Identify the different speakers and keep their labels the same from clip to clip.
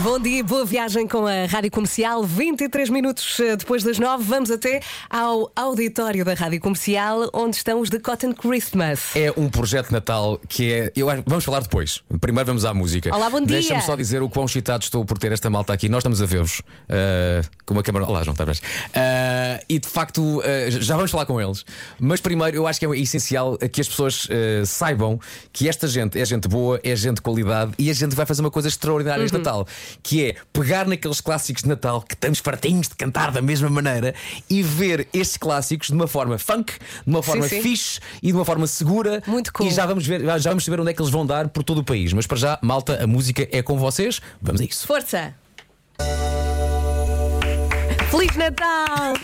Speaker 1: Bom dia, e boa viagem com a Rádio Comercial. 23 minutos eh, depois das 9, vamos até ao auditório da Rádio Comercial, onde estão os The Cotton Christmas.
Speaker 2: É um projeto de Natal que é. Eu acho- vamos falar depois. Primeiro vamos à música.
Speaker 1: Olá, bom dia.
Speaker 2: Deixa-me só dizer o quão excitado estou por ter esta malta aqui. Nós estamos a ver-vos ah, com uma câmera. Olá, João Tabras. Ah, e de facto, ah, já vamos falar com eles. Mas primeiro, eu acho que é essencial que as pessoas ah, saibam que esta gente é gente boa, é gente de qualidade e a gente vai fazer uma coisa extraordinária
Speaker 1: Uhum.
Speaker 2: este Natal, que é pegar naqueles clássicos de Natal que estamos fartinhos de cantar da mesma maneira e ver estes clássicos de uma forma funk, de uma forma
Speaker 1: sim.
Speaker 2: fixe e de uma forma segura.
Speaker 1: Muito cool.
Speaker 2: E já Ah, vamos ver, já vamos saber onde é que eles vão dar por todo o país. Mas para já, malta, a música é com vocês. Vamos a isso.
Speaker 1: Força! Feliz
Speaker 3: É
Speaker 1: Natal!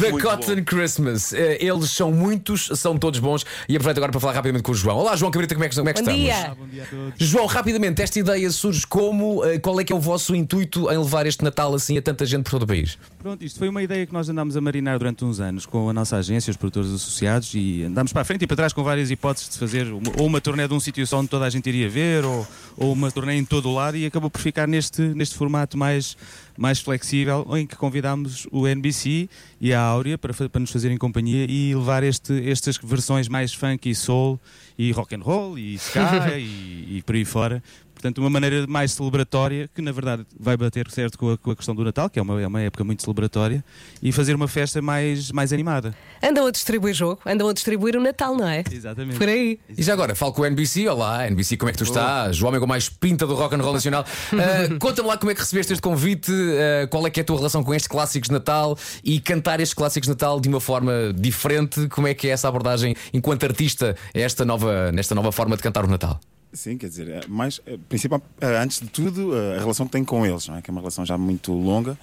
Speaker 2: The Cotton Christmas. Eh, Eles são muitos, são todos bons. E aproveito agora para falar rapidamente com o João. Olá, João Cabrita, como é que, como é que
Speaker 1: Bom
Speaker 2: estamos?
Speaker 1: dia!
Speaker 3: Bom dia a todos.
Speaker 2: João, rapidamente, esta ideia surge como? eh, Qual é que é o vosso intuito em levar este Natal assim a tanta gente por todo o país?
Speaker 3: Pronto, isto foi uma ideia que nós andámos a marinar durante uns anos com a nossa agência, os produtores associados, e andámos para a frente e para trás com várias hipóteses de fazer uma, ou uma turnê de um sítio só onde toda a gente iria ver, ou, ou uma turnê em todo o lado, e acabou por ficar neste, neste formato mais, mais flexível, em que convidámos o NBC e a Áurea para, fa- para nos fazerem companhia e levar este, estas versões mais funk e soul, e rock and roll, e ska, e, e por aí fora, Portanto, uma maneira mais celebratória, que na verdade vai bater certo com a, com a questão do Natal, que é uma, é uma época muito celebratória, e fazer uma festa mais, mais animada.
Speaker 1: Andam a distribuir jogo, andam a distribuir o Natal, não é?
Speaker 3: Exatamente.
Speaker 1: Por aí.
Speaker 2: E já agora, falo com o NBC. Olá, NBC, como é que tu estás? O homem com mais pinta do rock and roll nacional. Ah, Conta-me lá como é que recebeste este convite, ah, qual é que é a tua relação com estes clássicos de Natal e cantar estes clássicos de Natal de uma forma diferente. Como é que é essa abordagem enquanto artista a esta nova, nesta nova forma de cantar o Natal?
Speaker 4: Sim, quer dizer, eh, mas eh, principal, eh, antes de tudo, eh, a relação que tenho com eles, não é? que é uma relação já muito longa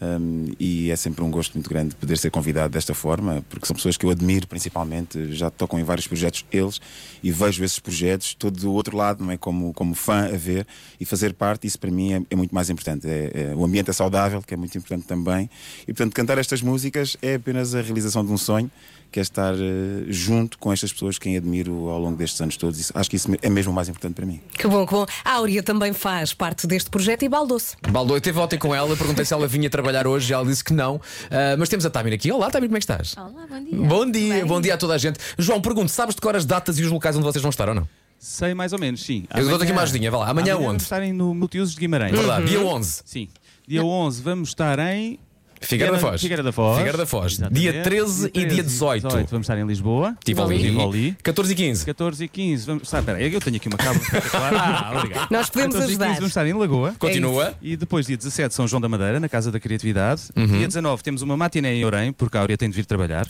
Speaker 4: hum, e é sempre um gosto muito grande poder ser convidado desta forma, porque são pessoas que eu admiro principalmente, já tocam em vários projetos eles e vejo esses projetos todo do outro lado, não é? Como, como fã a ver e fazer parte, isso para mim é, é muito mais importante. É, é- o ambiente é saudável, que é muito importante também, e portanto cantar estas músicas é apenas a realização de um sonho que é estar eh, junto com estas pessoas que admiro ao longo destes anos todos. Isso- acho que isso me- é mesmo o mais importante para mim.
Speaker 1: Que bom, que bom. A Áurea também faz parte deste projeto e baldou-se.
Speaker 2: Baldo, eu teve ontem com ela, perguntei se ela vinha trabalhar hoje, ela disse que não. Ah, mas temos a Tamir aqui. Olá, Tamir, como é que estás?
Speaker 5: Olá, bom dia.
Speaker 2: Bom dia,
Speaker 5: Bem.
Speaker 2: bom dia a toda a gente. João, pergunto, sabes de cor as datas e os locais onde vocês vão estar ou não?
Speaker 3: Sei mais ou menos, sim.
Speaker 2: Eu dou-te aqui uma ajudinha, vá lá. Amanhã onde?
Speaker 3: vamos estar em- no Multiusos de Guimarães.
Speaker 2: É Verdade, dia 11.
Speaker 3: Sim. Dia 11 vamos estar em...
Speaker 2: Figueira da Foz.
Speaker 3: Figueira da Foz.
Speaker 2: Figueira da Foz. Dia
Speaker 3: Exatamente.
Speaker 2: 13 e dia 18.
Speaker 3: Vamos estar em Lisboa.
Speaker 2: Tivoli.
Speaker 3: Tivoli.
Speaker 2: 14 e 15.
Speaker 3: 14 e 15. Vamos... Sabe, espera, aí, eu tenho aqui uma cábula espetacular. Ah, obrigado.
Speaker 1: Nós podemos
Speaker 3: 14 e 15
Speaker 1: ajudar.
Speaker 3: vamos estar em Lagoa.
Speaker 2: Continua.
Speaker 3: E depois, dia 17, São João da Madeira, na Casa da Criatividade. Dia 19, temos uma matiné em Orem, porque a Áurea tem de vir trabalhar.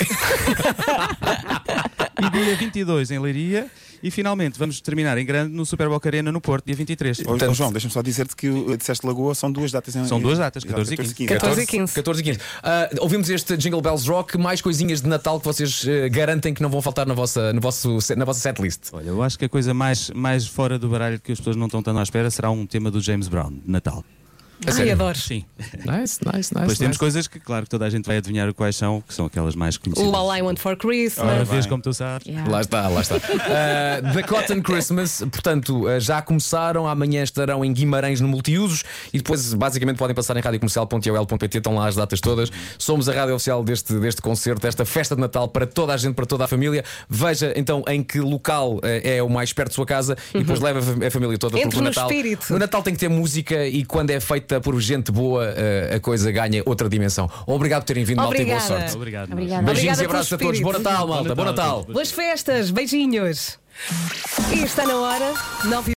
Speaker 3: e dia 22, em Leiria. E finalmente, vamos terminar em grande no Super Boca Arena, no Porto, dia 23.
Speaker 4: Ô, ô, João, deixa-me só dizer-te que o- disseste Lagoa são duas datas. em-
Speaker 3: São duas datas,
Speaker 4: Exato,
Speaker 3: 14 e 15.
Speaker 1: 14 e 15.
Speaker 2: 14 e 15. Ah, ouvimos este Jingle Bells Rock, mais coisinhas de Natal que vocês eh, garantem que não vão faltar na vossa, no vosso, set- na vossa setlist.
Speaker 3: Olha, eu acho que a coisa mais, mais fora do baralho que as pessoas não estão tanto à espera será um tema do James Brown, de Natal.
Speaker 1: Ai, adoro.
Speaker 3: Sim.
Speaker 2: Nice, nice, nice.
Speaker 3: Depois temos coisas que, claro, que toda a gente vai adivinhar quais são, que são aquelas mais
Speaker 1: O
Speaker 3: conhecidas.
Speaker 1: All I Want for
Speaker 3: Ora,
Speaker 1: Christmas.
Speaker 3: vês como tu sabes.
Speaker 5: Yeah.
Speaker 2: Lá está, lá está. Ah, The Cotton Christmas, portanto, ah, já começaram, amanhã estarão em Guimarães no Multiusos e depois basicamente podem passar em radiocomercial.ol.pt, estão lá as datas todas. Somos a rádio oficial deste, deste concerto, desta festa de Natal para toda a gente, para toda a família. Veja então em que local ah, é o mais perto da sua casa e depois leva a fam- a família toda
Speaker 1: Entre
Speaker 2: porque o
Speaker 1: Uhum. no
Speaker 2: Natal.
Speaker 1: espírito.
Speaker 2: O Natal tem que ter música e quando é feita por gente boa, ah, a coisa ganha outra dimensão. Obrigado por terem vindo, malta e boa
Speaker 1: Obrigada.
Speaker 2: sorte.
Speaker 3: Obrigado.
Speaker 5: Obrigada.
Speaker 2: Beijinhos
Speaker 1: Obrigada
Speaker 2: e abraços a
Speaker 1: pelo
Speaker 2: todos. Bom
Speaker 1: espírito.
Speaker 2: Natal, malta. Bom Natal.
Speaker 1: Boas festas, beijinhos. E está na hora, 9